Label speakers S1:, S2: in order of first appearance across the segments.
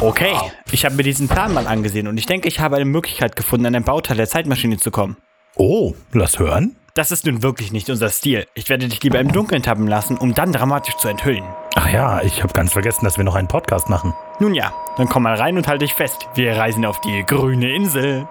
S1: Okay, ich habe mir diesen Plan mal angesehen und ich denke, ich habe eine Möglichkeit gefunden, an den Bauteil der Zeitmaschine zu kommen.
S2: Oh, lass hören.
S1: Das ist nun wirklich nicht unser Stil. Ich werde dich lieber im Dunkeln tappen lassen, um dann dramatisch zu enthüllen.
S2: Ach ja, ich habe ganz vergessen, dass wir noch einen Podcast machen.
S1: Nun ja, dann komm mal rein und halt dich fest. Wir reisen auf die grüne Insel.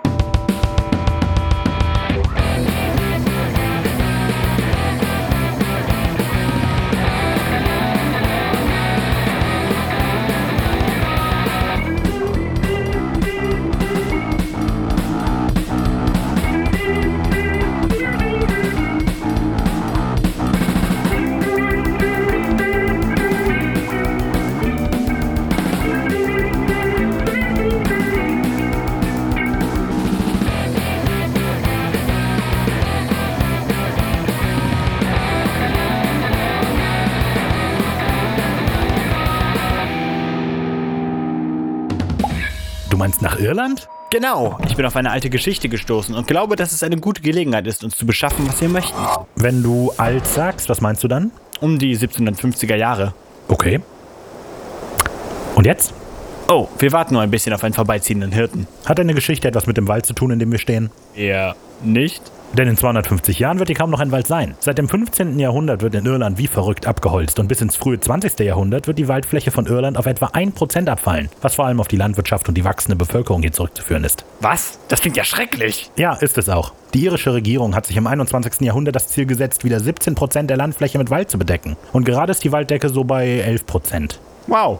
S2: Du meinst nach Irland?
S1: Genau, ich bin auf eine alte Geschichte gestoßen und glaube, dass es eine gute Gelegenheit ist, uns zu beschaffen, was wir möchten.
S2: Wenn du alt sagst, was meinst du dann?
S1: Um die 1750er Jahre.
S2: Okay. Und jetzt?
S1: Oh, wir warten nur ein bisschen auf einen vorbeiziehenden Hirten.
S2: Hat deine Geschichte etwas mit dem Wald zu tun, in dem wir stehen?
S1: Er nicht?
S2: Denn in 250 Jahren wird hier kaum noch ein Wald sein. Seit dem 15. Jahrhundert wird in Irland wie verrückt abgeholzt und bis ins frühe 20. Jahrhundert wird die Waldfläche von Irland auf etwa 1% abfallen, was vor allem auf die Landwirtschaft und die wachsende Bevölkerung hier zurückzuführen ist.
S1: Was? Das klingt ja schrecklich.
S2: Ja, ist es auch. Die irische Regierung hat sich im 21. Jahrhundert das Ziel gesetzt, wieder 17% der Landfläche mit Wald zu bedecken. Und gerade ist die Walddecke so bei 11%.
S1: Wow.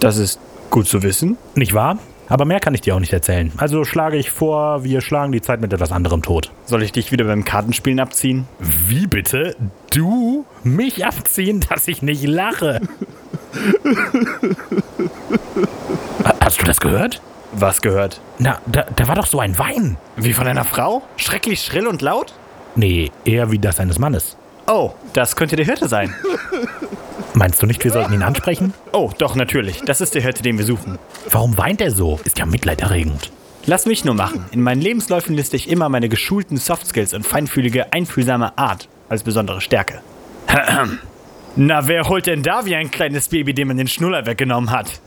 S1: Das ist gut zu wissen.
S2: Nicht wahr? Aber mehr kann ich dir auch nicht erzählen. Also schlage ich vor, wir schlagen die Zeit mit etwas anderem tot.
S1: Soll ich dich wieder beim Kartenspielen abziehen?
S2: Wie bitte? Du mich abziehen, dass ich nicht lache? Ha- Hast du das gehört?
S1: Was gehört?
S2: Na, da, da war doch so ein Wein.
S1: Wie von einer Frau? Schrecklich schrill und laut?
S2: Nee, eher wie das eines Mannes.
S1: Oh, das könnte der Hirte sein.
S2: Meinst du nicht, wir sollten ihn ansprechen?
S1: Oh, doch, natürlich. Das ist der Hirte, den wir suchen.
S2: Warum weint er so? Ist ja mitleiderregend.
S1: Lass mich nur machen. In meinen Lebensläufen liste ich immer meine geschulten Softskills und feinfühlige, einfühlsame Art als besondere Stärke. Ahem. Na, wer holt denn da wie ein kleines Baby, dem man den Schnuller weggenommen hat?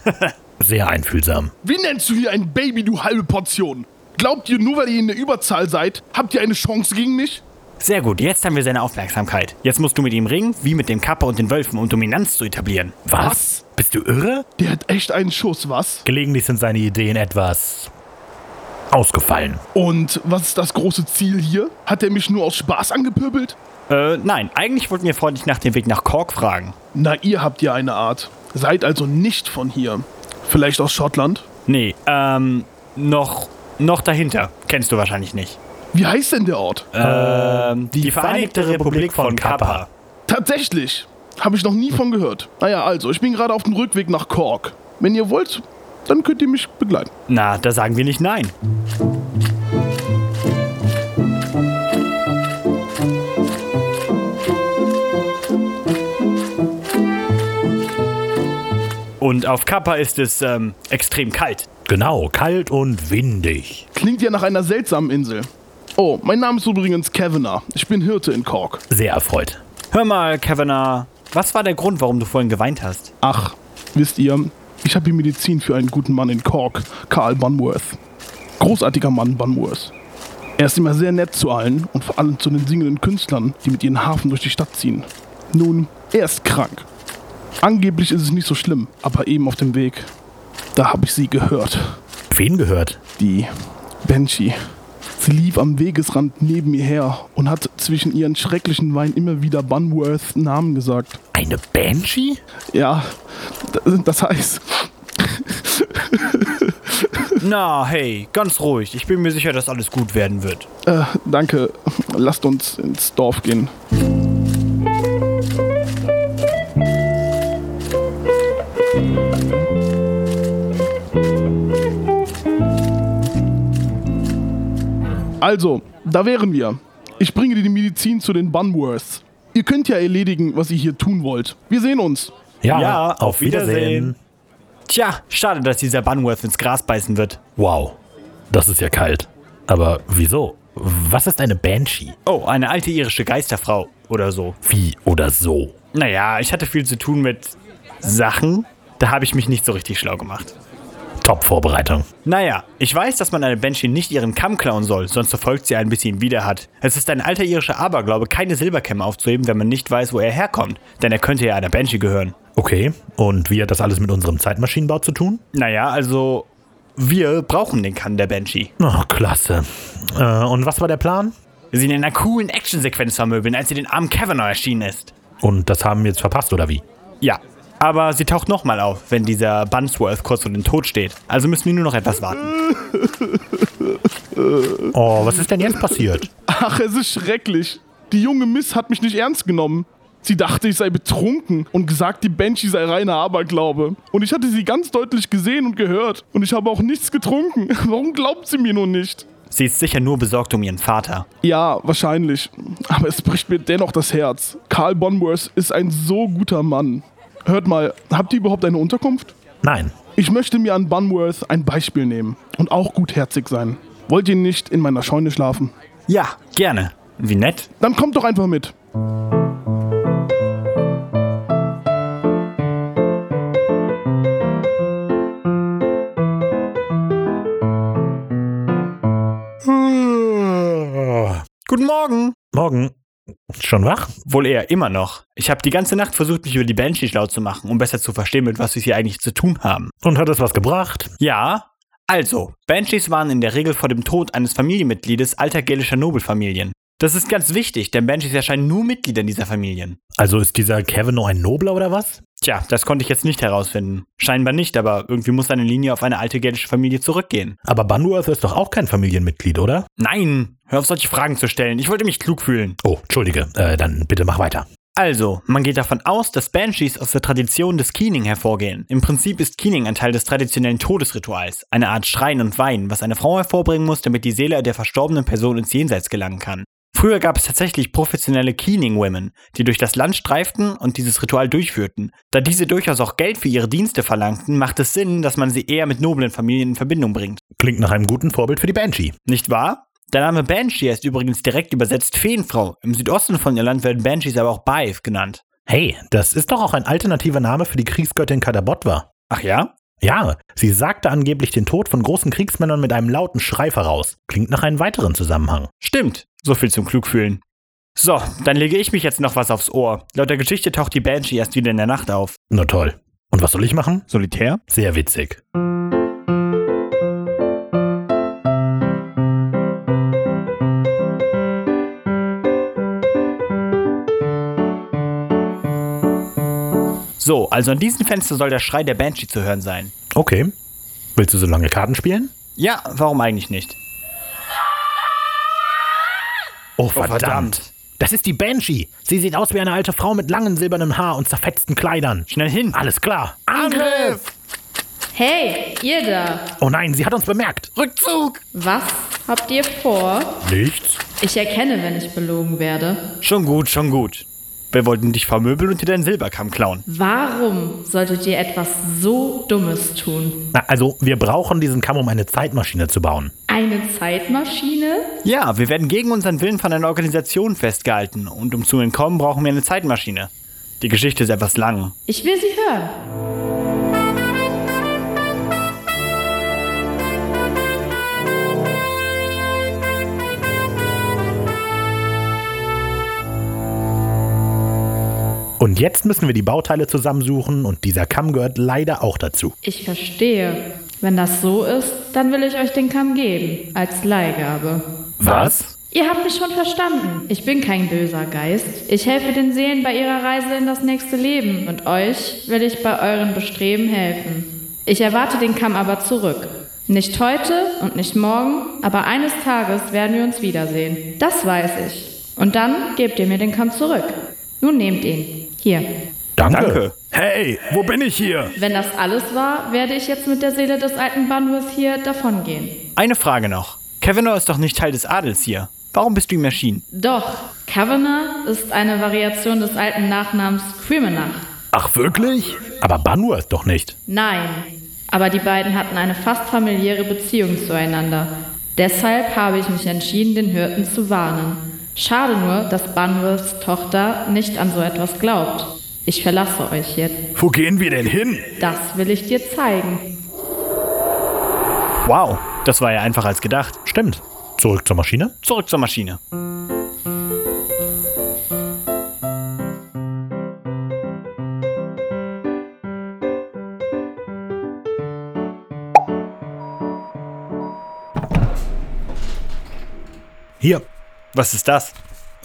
S2: Sehr einfühlsam.
S3: Wen nennst du hier ein Baby, du halbe Portion? Glaubt ihr, nur weil ihr in der Überzahl seid, habt ihr eine Chance gegen mich?
S1: Sehr gut, jetzt haben wir seine Aufmerksamkeit. Jetzt musst du mit ihm ringen, wie mit dem Kapper und den Wölfen, um Dominanz zu etablieren.
S2: Was? Bist du irre?
S3: Der hat echt einen Schuss, was?
S2: Gelegentlich sind seine Ideen etwas ausgefallen.
S3: Und was ist das große Ziel hier? Hat er mich nur aus Spaß angepöbelt?
S1: Äh, nein, eigentlich wollten wir freundlich nach dem Weg nach Cork fragen.
S3: Na, ihr habt ja eine Art. Seid also nicht von hier. Vielleicht aus Schottland?
S1: Nee, ähm, noch, noch dahinter. Kennst du wahrscheinlich nicht.
S3: Wie heißt denn der Ort?
S1: Ähm, die, Vereinigte Republik von Kappa.
S3: Tatsächlich. Habe ich noch nie von gehört. Naja, also, ich bin gerade auf dem Rückweg nach Cork. Wenn ihr wollt, dann könnt ihr mich begleiten.
S1: Na, da sagen wir nicht nein. Und auf Kappa ist es ähm, extrem kalt.
S2: Genau, kalt und windig.
S3: Klingt ja nach einer seltsamen Insel. Oh, mein Name ist übrigens Kavanagh. Ich bin Hirte in Cork.
S2: Sehr erfreut.
S1: Hör mal, Kavanagh, was war der Grund, warum du vorhin geweint hast?
S3: Ach, wisst ihr, ich habe hier Medizin für einen guten Mann in Cork, Karl Bunworth. Großartiger Mann Bunworth. Er ist immer sehr nett zu allen und vor allem zu den singenden Künstlern, die mit ihren Hafen durch die Stadt ziehen. Nun, er ist krank. Angeblich ist es nicht so schlimm, aber eben auf dem Weg, da habe ich sie gehört.
S2: Wen gehört?
S3: Die Banshee. Sie lief am Wegesrand neben mir her und hat zwischen ihren schrecklichen Weinen immer wieder Bunworth Namen gesagt.
S2: Eine Banshee?
S3: Ja, d- das heißt,
S1: Na, hey, ganz ruhig. Ich bin mir sicher, dass alles gut werden wird.
S3: äh, danke, lasst uns ins Dorf gehen. Also, da wären wir. Ich bringe dir die Medizin zu den Bunworths. Ihr könnt ja erledigen, was ihr hier tun wollt. Wir sehen uns.
S2: Ja,
S1: Ja, auf Wiedersehen. Tja, schade, dass dieser Bunworth ins Gras beißen wird.
S2: Wow, das ist ja kalt. Aber wieso? Was ist eine Banshee?
S1: Oh, eine alte irische Geisterfrau oder so.
S2: Wie oder so?
S1: Naja, ich hatte viel zu tun mit Sachen. Da habe ich mich nicht so richtig schlau gemacht.
S2: Top-Vorbereitung.
S1: Naja, ich weiß, dass man einer Banshee nicht ihren Kamm klauen soll, sonst verfolgt sie einen, bis sie ihn wieder hat. Es ist ein alter irischer Aberglaube, keine Silberkämme aufzuheben, wenn man nicht weiß, wo er herkommt, denn er könnte ja einer Banshee gehören.
S2: Okay, und wie hat das alles mit unserem Zeitmaschinenbau zu tun?
S1: Naja, also. Wir brauchen den Kamm der Banshee.
S2: Oh, klasse. Äh, und was war der Plan?
S1: Sie in einer coolen Actionsequenz vermöbeln, als sie den armen Kavanaugh erschienen ist.
S2: Und das haben wir jetzt verpasst, oder wie?
S1: Ja. Aber sie taucht nochmal auf, wenn dieser Bunsworth kurz vor dem Tod steht. Also müssen wir nur noch etwas warten.
S2: Oh, was ist denn jetzt passiert?
S3: Ach, es ist schrecklich. Die junge Miss hat mich nicht ernst genommen. Sie dachte, ich sei betrunken und gesagt, die Banshee sei reiner Aberglaube. Und ich hatte sie ganz deutlich gesehen und gehört. Und ich habe auch nichts getrunken. Warum glaubt sie mir nun nicht?
S1: Sie ist sicher nur besorgt um ihren Vater.
S3: Ja, wahrscheinlich. Aber es bricht mir dennoch das Herz. Karl Bonworth ist ein so guter Mann. Hört mal, habt ihr überhaupt eine Unterkunft?
S2: Nein.
S3: Ich möchte mir an Bunworth ein Beispiel nehmen und auch gutherzig sein. Wollt ihr nicht in meiner Scheune schlafen?
S1: Ja, gerne. Wie nett.
S3: Dann kommt doch einfach mit.
S1: Guten Morgen.
S2: Morgen. Schon wach?
S1: Wohl eher immer noch. Ich habe die ganze Nacht versucht, mich über die Banshee schlau zu machen, um besser zu verstehen, mit was wir es hier eigentlich zu tun haben.
S2: Und hat es was gebracht?
S1: Ja. Also, Banshees waren in der Regel vor dem Tod eines Familienmitgliedes alter gälischer Nobelfamilien. Das ist ganz wichtig, denn Banshees erscheinen nur Mitgliedern dieser Familien.
S2: Also ist dieser Kevin noch ein Nobler oder was?
S1: Tja, das konnte ich jetzt nicht herausfinden. Scheinbar nicht, aber irgendwie muss seine Linie auf eine alte gälische Familie zurückgehen.
S2: Aber Bunworth ist doch auch kein Familienmitglied, oder?
S1: Nein, hör auf solche Fragen zu stellen. Ich wollte mich klug fühlen.
S2: Oh, entschuldige. Äh, dann bitte mach weiter.
S1: Also, man geht davon aus, dass Banshees aus der Tradition des Keening hervorgehen. Im Prinzip ist Keening ein Teil des traditionellen Todesrituals, eine Art Schreien und Weinen, was eine Frau hervorbringen muss, damit die Seele der verstorbenen Person ins Jenseits gelangen kann. Früher gab es tatsächlich professionelle Keening-Women, die durch das Land streiften und dieses Ritual durchführten. Da diese durchaus auch Geld für ihre Dienste verlangten, macht es Sinn, dass man sie eher mit noblen Familien in Verbindung bringt.
S2: Klingt nach einem guten Vorbild für die Banshee.
S1: Nicht wahr? Der Name Banshee ist übrigens direkt übersetzt Feenfrau. Im Südosten von Irland werden Banshees aber auch Baif genannt.
S2: Hey, das ist doch auch ein alternativer Name für die Kriegsgöttin Kadabotwa.
S1: Ach ja?
S2: Ja, sie sagte angeblich den Tod von großen Kriegsmännern mit einem lauten Schrei voraus. Klingt nach einem weiteren Zusammenhang.
S1: Stimmt. So viel zum Klugfühlen. So, dann lege ich mich jetzt noch was aufs Ohr. Laut der Geschichte taucht die Banshee erst wieder in der Nacht auf.
S2: Na toll. Und was soll ich machen?
S1: Solitär?
S2: Sehr witzig.
S1: So, also an diesem Fenster soll der Schrei der Banshee zu hören sein.
S2: Okay. Willst du so lange Karten spielen?
S1: Ja, warum eigentlich nicht?
S2: Oh
S1: verdammt.
S2: Das ist die Banshee. Sie sieht aus wie eine alte Frau mit langem silbernem Haar und zerfetzten Kleidern.
S1: Schnell hin!
S2: Alles klar. Ah,
S1: Angriff!
S4: Hey, ihr da.
S2: Oh nein, sie hat uns bemerkt.
S1: Rückzug!
S4: Was habt ihr vor?
S2: Nichts.
S4: Ich erkenne, wenn ich belogen werde.
S1: Schon gut, schon gut. Wir wollten dich vermöbeln und dir deinen Silberkamm klauen.
S4: Warum solltet ihr etwas so Dummes tun?
S2: Na, also, wir brauchen diesen Kamm, um eine Zeitmaschine zu bauen.
S4: Eine Zeitmaschine?
S1: Ja, wir werden gegen unseren Willen von einer Organisation festgehalten und um zu entkommen brauchen wir eine Zeitmaschine. Die Geschichte ist etwas lang.
S4: Ich will sie hören.
S2: Und jetzt müssen wir die Bauteile zusammensuchen und dieser Kamm gehört leider auch dazu.
S4: Ich verstehe. Wenn das so ist, dann will ich euch den Kamm geben. Als Leihgabe.
S2: Was?
S4: Ihr habt mich schon verstanden. Ich bin kein böser Geist. Ich helfe den Seelen bei ihrer Reise in das nächste Leben und euch will ich bei euren Bestreben helfen. Ich erwarte den Kamm aber zurück. Nicht heute und nicht morgen, aber eines Tages werden wir uns wiedersehen. Das weiß ich. Und dann gebt ihr mir den Kamm zurück. Nun nehmt ihn. Hier.
S2: Danke.
S1: Danke.
S2: Hey, wo bin ich hier?
S4: Wenn das alles war, werde ich jetzt mit der Seele des alten Banwurs hier davongehen.
S1: Eine Frage noch. Kavanaugh ist doch nicht Teil des Adels hier. Warum bist du ihm erschienen?
S4: Doch, Kavanagh ist eine Variation des alten Nachnamens Criminach.
S2: Ach wirklich? Aber Bunworth doch nicht.
S4: Nein, aber die beiden hatten eine fast familiäre Beziehung zueinander. Deshalb habe ich mich entschieden, den Hirten zu warnen. Schade nur, dass Bunworths Tochter nicht an so etwas glaubt. Ich verlasse euch jetzt.
S2: Wo gehen wir denn hin?
S4: Das will ich dir zeigen.
S1: Wow, das war ja einfacher als gedacht.
S2: Stimmt. Zurück zur Maschine?
S1: Zurück zur Maschine.
S2: Hier,
S1: Was ist das?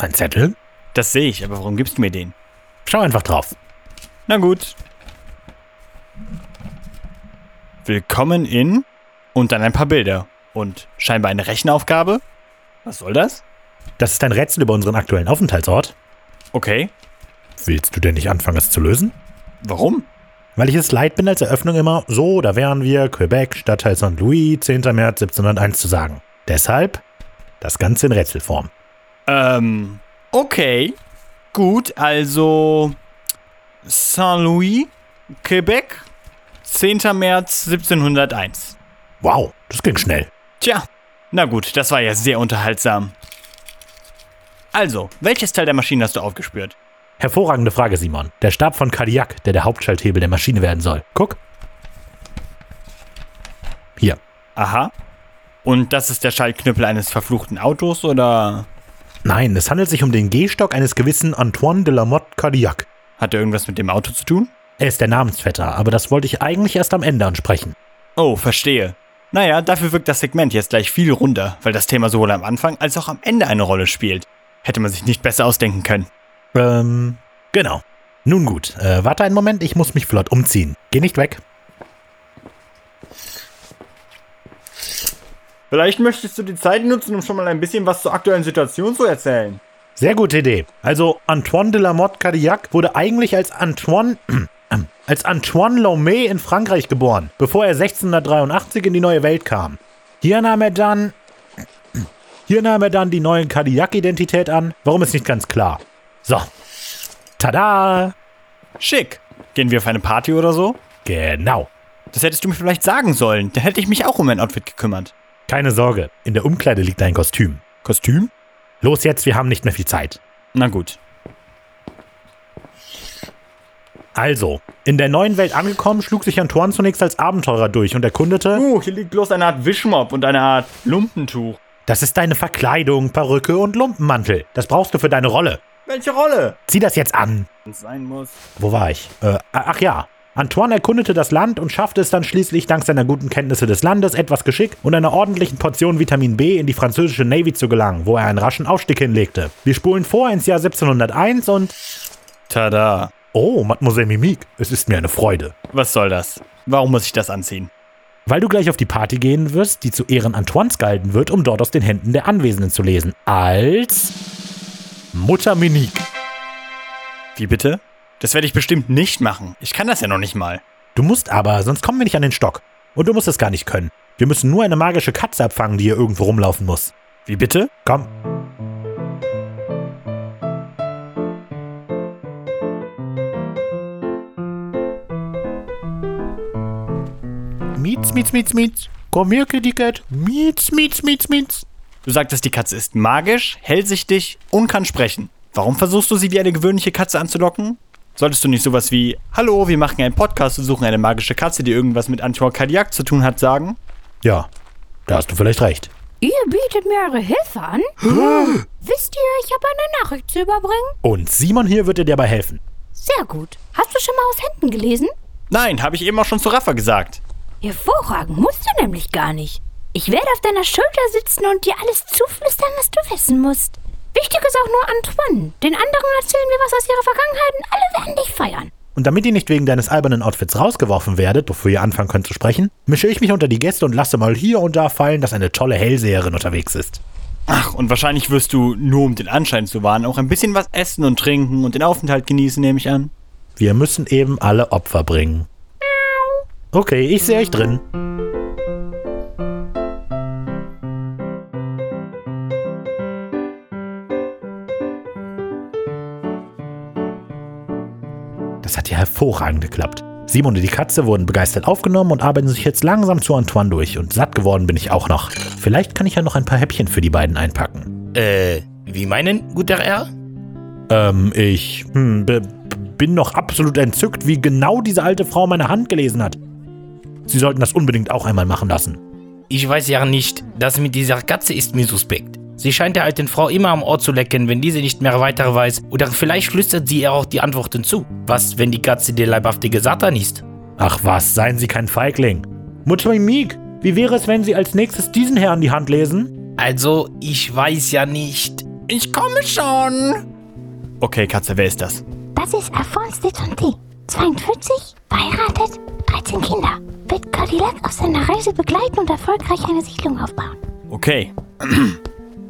S2: ein Zettel.
S1: Das sehe ich, aber warum gibst du mir den?
S2: Schau einfach drauf.
S1: Na gut. Willkommen in und dann ein paar Bilder und scheinbar eine Rechenaufgabe. Was soll das?
S2: Das ist ein Rätsel über unseren aktuellen Aufenthaltsort.
S1: Okay,
S2: Willst du denn nicht anfangen, es zu lösen?
S1: warum?
S2: Weil ich es leid bin, als Eröffnung immer so, da wären wir, Quebec, Stadtteil St. Louis, 10. März 1701 zu sagen. Deshalb das Ganze in Rätselform.
S1: Ähm, okay. Gut, also Saint-Louis, Quebec, 10. März 1701.
S2: Wow, das ging schnell.
S1: Tja, na gut, das war ja sehr unterhaltsam. Also, welches Teil der Maschine hast du aufgespürt?
S2: Hervorragende Frage, Simon. Der Stab von Cardiac, der der Hauptschalthebel der Maschine werden soll. Guck. Hier.
S1: Aha. Und das ist der Schaltknüppel eines verfluchten Autos, oder
S2: Nein, es handelt sich um den Gehstock eines gewissen Antoine de la Motte Cardiac.
S1: hat er irgendwas mit dem Auto zu tun?
S2: Er ist der Namensvetter, aber das wollte ich eigentlich erst am Ende ansprechen.
S1: Oh, verstehe. Naja, dafür wirkt das Segment jetzt gleich viel runder, weil das Thema sowohl am Anfang als auch am Ende eine Rolle spielt. Hätte man sich nicht besser ausdenken können.
S2: Ähm, genau. Nun gut, äh, warte einen Moment, ich muss mich flott umziehen. Geh nicht weg.
S1: Vielleicht möchtest du die Zeit nutzen, um schon mal ein bisschen was zur aktuellen Situation zu erzählen.
S2: Sehr gute Idee. Also Antoine de la Motte Cardiac wurde eigentlich als Antoine ähm, als Antoine Lomé in Frankreich geboren, bevor er 1683 in die neue Welt kam. Hier nahm er dann hier nahm er dann die neue Cardiac-Identität an. Warum ist nicht ganz klar. So. Tada!
S1: Schick. Gehen wir auf eine Party oder so?
S2: Genau.
S1: Das hättest du mir vielleicht sagen sollen. Dann hätte ich mich auch um mein Outfit gekümmert.
S2: Keine Sorge, in der Umkleide liegt ein Kostüm.
S1: Kostüm?
S2: Los jetzt, wir haben nicht mehr viel Zeit.
S1: Na gut.
S2: Also, in der neuen Welt angekommen, schlug sich Antoine zunächst als Abenteurer durch und erkundete,
S1: Uh, hier liegt bloß eine Art Wischmopp und eine Art Lumpentuch.
S2: Das ist deine Verkleidung, Perücke und Lumpenmantel. Das brauchst du für deine Rolle.
S1: Welche Rolle?
S2: Zieh das jetzt an.
S1: Wenn es sein muss.
S2: Wo war ich? Äh, ach ja. Antoine erkundete das Land und schaffte es dann schließlich dank seiner guten Kenntnisse des Landes, etwas Geschick und einer ordentlichen Portion Vitamin B in die französische Navy zu gelangen, wo er einen raschen Aufstieg hinlegte. Wir spulen vor ins Jahr 1701 und...
S1: Tada.
S2: Oh, Mademoiselle Mimique, es ist mir eine Freude.
S1: Was soll das? Warum muss ich das anziehen?
S2: Weil du gleich auf die Party gehen wirst, die zu Ehren Antoines gehalten wird, um dort aus den Händen der Anwesenden zu lesen. Als... Mutter Minique.
S1: Wie bitte? Das werde ich bestimmt nicht machen. Ich kann das ja noch nicht mal.
S2: Du musst aber, sonst kommen wir nicht an den Stock. Und du musst es gar nicht können. Wir müssen nur eine magische Katze abfangen, die hier irgendwo rumlaufen muss.
S1: Wie bitte?
S2: Komm. Mietz, mietz, mietz, mietz. Komm her, Kitty Cat. Mietz, mietz, mietz, mietz.
S1: Du sagtest, die Katze ist magisch, hellsichtig und kann sprechen. Warum versuchst du sie wie eine gewöhnliche Katze anzulocken? Solltest du nicht sowas wie, hallo, wir machen einen Podcast und suchen eine magische Katze, die irgendwas mit Antiorkardiak zu tun hat, sagen?
S2: Ja, da hast du vielleicht recht.
S5: Ihr bietet mir eure Hilfe an? Wisst ihr, ich habe eine Nachricht zu überbringen?
S2: Und Simon hier wird dir dabei helfen.
S5: Sehr gut. Hast du schon mal aus Händen gelesen?
S1: Nein, habe ich eben auch schon zu Rafa gesagt.
S5: Hervorragend, musst du nämlich gar nicht. Ich werde auf deiner Schulter sitzen und dir alles zuflüstern, was du wissen musst. Wichtig ist auch nur Antoine. Den anderen erzählen wir was aus ihrer Vergangenheit und alle werden dich feiern.
S2: Und damit ihr nicht wegen deines albernen Outfits rausgeworfen werdet, bevor ihr anfangen könnt zu sprechen, mische ich mich unter die Gäste und lasse mal hier und da fallen, dass eine tolle Hellseherin unterwegs ist.
S1: Ach, und wahrscheinlich wirst du, nur um den Anschein zu wahren, auch ein bisschen was essen und trinken und den Aufenthalt genießen, nehme ich an.
S2: Wir müssen eben alle Opfer bringen. Okay, ich sehe euch drin. Das hat ja hervorragend geklappt. Simon und die Katze wurden begeistert aufgenommen und arbeiten sich jetzt langsam zu Antoine durch. Und satt geworden bin ich auch noch. Vielleicht kann ich ja noch ein paar Häppchen für die beiden einpacken.
S6: Äh, wie meinen, guter Herr?
S2: Ähm, ich hm, b- bin noch absolut entzückt, wie genau diese alte Frau meine Hand gelesen hat. Sie sollten das unbedingt auch einmal machen lassen.
S6: Ich weiß ja nicht, das mit dieser Katze ist mir suspekt. Sie scheint der alten Frau immer am Ohr zu lecken, wenn diese nicht mehr weiter weiß, oder vielleicht flüstert sie ihr auch die Antworten zu. Was, wenn die Katze der leibhaftige Satan ist?
S2: Ach was, seien Sie kein Feigling. Mutter Meek, wie wäre es, wenn Sie als nächstes diesen Herrn die Hand lesen?
S6: Also, ich weiß ja nicht. Ich komme schon.
S7: Okay, Katze, wer ist das?
S5: Das ist Alphonse de Tonti. 42, verheiratet, 13 Kinder. Wird Cadillac auf seiner Reise begleiten und erfolgreich eine Siedlung aufbauen.
S7: Okay.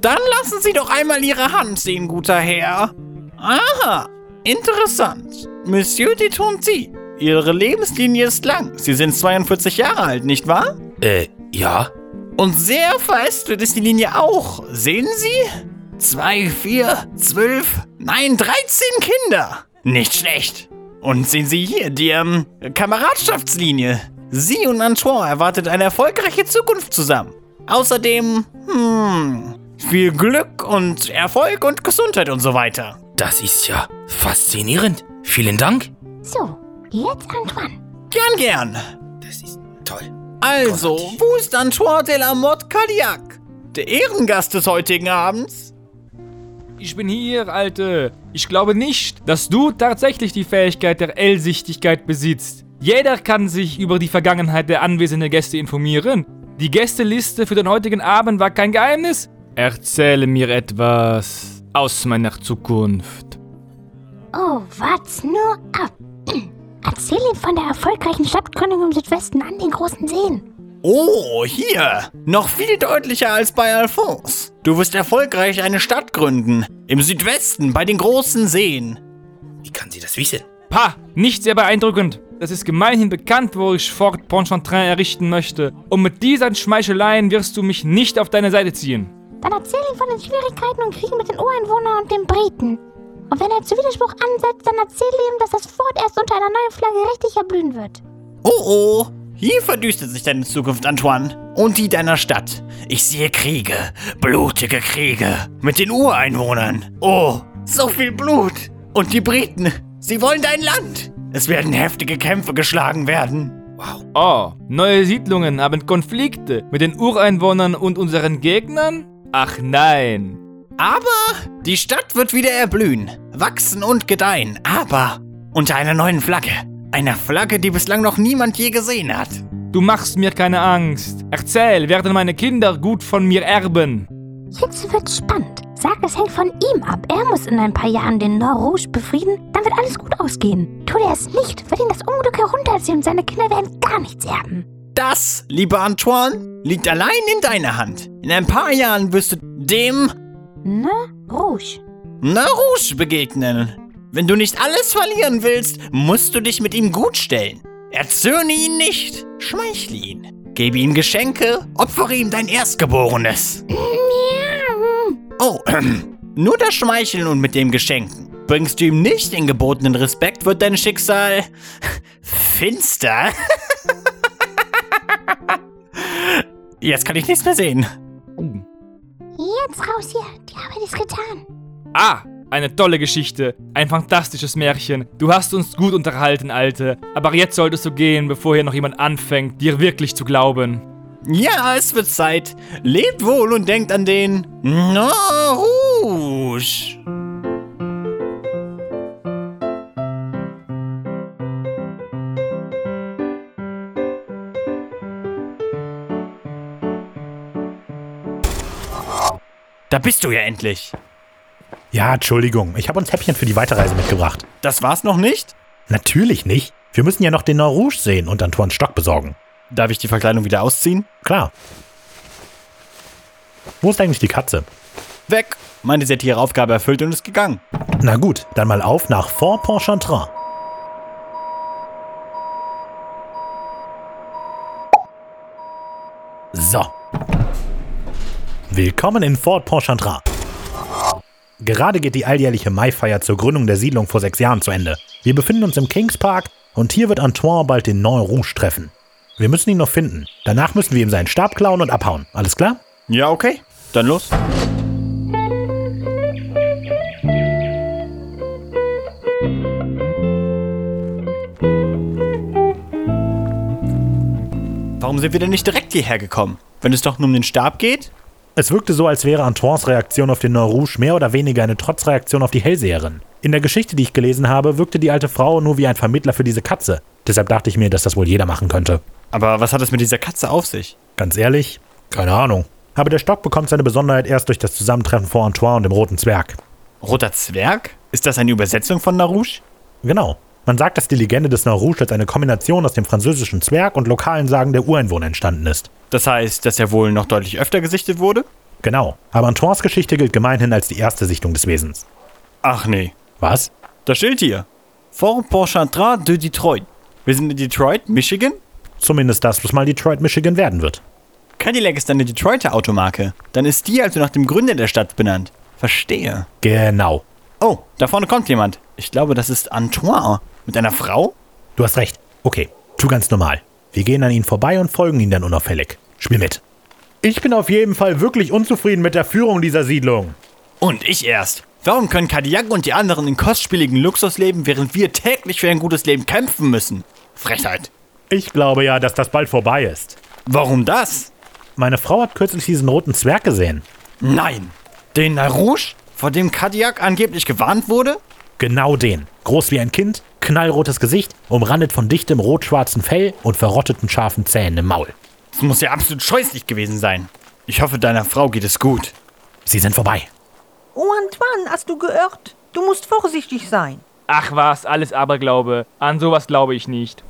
S1: Dann lassen Sie doch einmal Ihre Hand sehen, guter Herr. Aha, interessant. Monsieur de Tonti, Ihre Lebenslinie ist lang. Sie sind 42 Jahre alt, nicht wahr?
S6: Äh, ja?
S1: Und sehr verästelt ist die Linie auch. Sehen Sie? Zwei, vier, zwölf, nein, 13 Kinder. Nicht schlecht. Und sehen Sie hier die ähm, Kameradschaftslinie. Sie und Antoine erwartet eine erfolgreiche Zukunft zusammen. Außerdem, hm, viel Glück und Erfolg und Gesundheit und so weiter.
S6: Das ist ja faszinierend. Vielen Dank.
S5: So, jetzt Antoine.
S1: Gern, gern.
S6: Das ist toll.
S1: Also, wo ist Antoine de la Motte Cadillac? Der Ehrengast des heutigen Abends?
S8: Ich bin hier, Alte. Ich glaube nicht, dass du tatsächlich die Fähigkeit der Ellsichtigkeit besitzt. Jeder kann sich über die Vergangenheit der anwesenden Gäste informieren. Die Gästeliste für den heutigen Abend war kein Geheimnis. Erzähle mir etwas aus meiner Zukunft.
S5: Oh, wart's nur ab. Erzähl ihm von der erfolgreichen Stadtgründung im Südwesten an den großen Seen.
S1: Oh, hier. Noch viel deutlicher als bei Alphonse. Du wirst erfolgreich eine Stadt gründen. Im Südwesten, bei den großen Seen.
S6: Wie kann sie das wissen?
S8: Pah, nicht sehr beeindruckend. Das ist gemeinhin bekannt, wo ich Fort Pontchartrain errichten möchte. Und mit diesen Schmeicheleien wirst du mich nicht auf deine Seite ziehen.
S5: Dann erzähl ihm von den Schwierigkeiten und Kriegen mit den Ureinwohnern und den Briten. Und wenn er zu Widerspruch ansetzt, dann erzähl ihm, dass das Fort erst unter einer neuen Flagge richtig erblühen wird.
S1: Oh, oh. Hier verdüstert sich deine Zukunft, Antoine. Und die deiner Stadt. Ich sehe Kriege. Blutige Kriege. Mit den Ureinwohnern. Oh, so viel Blut. Und die Briten. Sie wollen dein Land. Es werden heftige Kämpfe geschlagen werden.
S8: Oh, neue Siedlungen haben Konflikte mit den Ureinwohnern und unseren Gegnern? Ach nein.
S1: Aber die Stadt wird wieder erblühen, wachsen und gedeihen, aber unter einer neuen Flagge. Einer Flagge, die bislang noch niemand je gesehen hat.
S8: Du machst mir keine Angst. Erzähl, werden meine Kinder gut von mir erben?
S5: Jetzt wird's spannend. Sag, es hängt von ihm ab. Er muss in ein paar Jahren den Nord Rouge befrieden, dann wird alles gut ausgehen. Tut er es nicht, wird ihn das Unglück herunterziehen und seine Kinder werden gar nichts erben.
S1: Das, lieber Antoine, liegt allein in deiner Hand. In ein paar Jahren wirst du dem
S5: Ne? Rouge.
S1: Na Rouge begegnen. Wenn du nicht alles verlieren willst, musst du dich mit ihm gutstellen. Erzürne ihn nicht, schmeichle ihn. Gebe ihm Geschenke, opfere ihm dein Erstgeborenes. Oh, ähm, nur das Schmeicheln und mit dem Geschenken. Bringst du ihm nicht den gebotenen Respekt, wird dein Schicksal finster. Jetzt kann ich nichts mehr sehen.
S5: Jetzt raus hier. Die Arbeit ist getan.
S8: Ah, eine tolle Geschichte. Ein fantastisches Märchen. Du hast uns gut unterhalten, Alte. Aber jetzt solltest du gehen, bevor hier noch jemand anfängt, dir wirklich zu glauben.
S1: Ja, es wird Zeit. Lebt wohl und denkt an den Nord Rouge. Da bist du ja endlich.
S2: Ja, Entschuldigung, ich habe uns Häppchen für die Weiterreise mitgebracht.
S7: Das war's noch nicht?
S2: Natürlich nicht. Wir müssen ja noch den Nord Rouge sehen und Antoine Stock besorgen.
S7: Darf ich die Verkleidung wieder ausziehen?
S2: Klar. Wo ist eigentlich die Katze?
S7: Weg! Meinte, sie hätte ihre Aufgabe erfüllt und ist gegangen.
S2: Na gut, dann mal auf nach Fort Pontchartrain. So. Willkommen in Fort Pontchartrain. Gerade geht die alljährliche Maifeier zur Gründung der Siedlung vor sechs Jahren zu Ende. Wir befinden uns im Kings Park und hier wird Antoine bald den Nord Rouge treffen. Wir müssen ihn noch finden. Danach müssen wir ihm seinen Stab klauen und abhauen. Alles klar?
S7: Ja, okay. Dann los. Warum sind wir denn nicht direkt hierher gekommen?
S1: Wenn es doch nur um den Stab geht?
S2: Es wirkte so, als wäre Antoines Reaktion auf den Nor-Rouge mehr oder weniger eine Trotzreaktion auf die Hellseherin. In der Geschichte, die ich gelesen habe, wirkte die alte Frau nur wie ein Vermittler für diese Katze. Deshalb dachte ich mir, dass das wohl jeder machen könnte.
S1: Aber was hat es mit dieser Katze auf sich?
S2: Ganz ehrlich? Keine Ahnung. Aber der Stock bekommt seine Besonderheit erst durch das Zusammentreffen von Antoine und dem Roten Zwerg.
S1: Roter Zwerg? Ist das eine Übersetzung von Narouche?
S2: Genau. Man sagt, dass die Legende des Nor-Rouge als eine Kombination aus dem französischen Zwerg und lokalen Sagen der Ureinwohner entstanden ist.
S1: Das heißt, dass er wohl noch deutlich öfter gesichtet wurde?
S2: Genau. Aber Antoines Geschichte gilt gemeinhin als die erste Sichtung des Wesens.
S1: Ach nee,
S2: Was?
S1: da steht hier. Fort Pontchartrain de Detroit. Wir sind in Detroit, Michigan?
S2: Zumindest das, was mal Detroit, Michigan werden wird.
S1: Cadillac ist eine Detroiter Automarke. Dann ist die also nach dem Gründer der Stadt benannt. Verstehe.
S2: Genau.
S1: Oh, da vorne kommt jemand. Ich glaube, das ist Antoine. Mit einer Frau?
S2: Du hast recht. Okay, tu ganz normal. Wir gehen an ihnen vorbei und folgen ihnen dann unauffällig. Spiel mit. Ich bin auf jeden Fall wirklich unzufrieden mit der Führung dieser Siedlung.
S1: Und ich erst. Warum können Cadillac und die anderen in kostspieligen Luxus leben, während wir täglich für ein gutes Leben kämpfen müssen? Frechheit.
S2: Ich glaube ja, dass das bald vorbei ist.
S1: Warum das?
S2: Meine Frau hat kürzlich diesen roten Zwerg gesehen.
S1: Nein. Den Narouche, vor dem Cadillac angeblich gewarnt wurde?
S2: Genau den. Groß wie ein Kind, knallrotes Gesicht, umrandet von dichtem rot-schwarzen Fell und verrotteten scharfen Zähnen im Maul.
S1: Das muss ja absolut scheußlich gewesen sein. Ich hoffe, deiner Frau geht es gut.
S2: Sie sind vorbei.
S9: Oh, Antoine, hast du geirrt? Du musst vorsichtig sein.
S8: Ach was, alles Aberglaube. An sowas glaube ich nicht.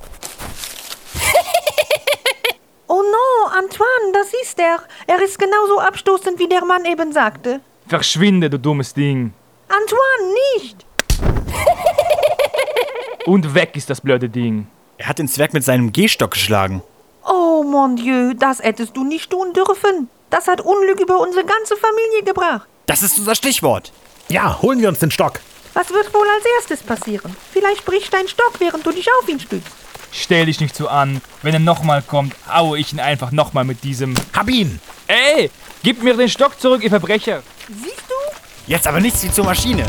S9: Oh no, Antoine, das ist er. Er ist genauso abstoßend, wie der Mann eben sagte.
S8: Verschwinde, du dummes Ding.
S9: Antoine, nicht!
S8: Und weg ist das blöde Ding.
S1: Er hat den Zwerg mit seinem Gehstock geschlagen.
S9: Oh mon Dieu, das hättest du nicht tun dürfen. Das hat Unglück über unsere ganze Familie gebracht.
S1: Das ist unser Stichwort.
S2: Ja, holen wir uns den Stock.
S9: Was wird wohl als erstes passieren? Vielleicht bricht dein Stock, während du dich auf ihn stützt.
S8: Stell dich nicht so an. Wenn er nochmal kommt, haue ich ihn einfach nochmal mit diesem.
S2: Hab ihn.
S8: Ey, gib mir den Stock zurück, ihr Verbrecher.
S9: Siehst du?
S1: Jetzt aber nichts wie zur Maschine.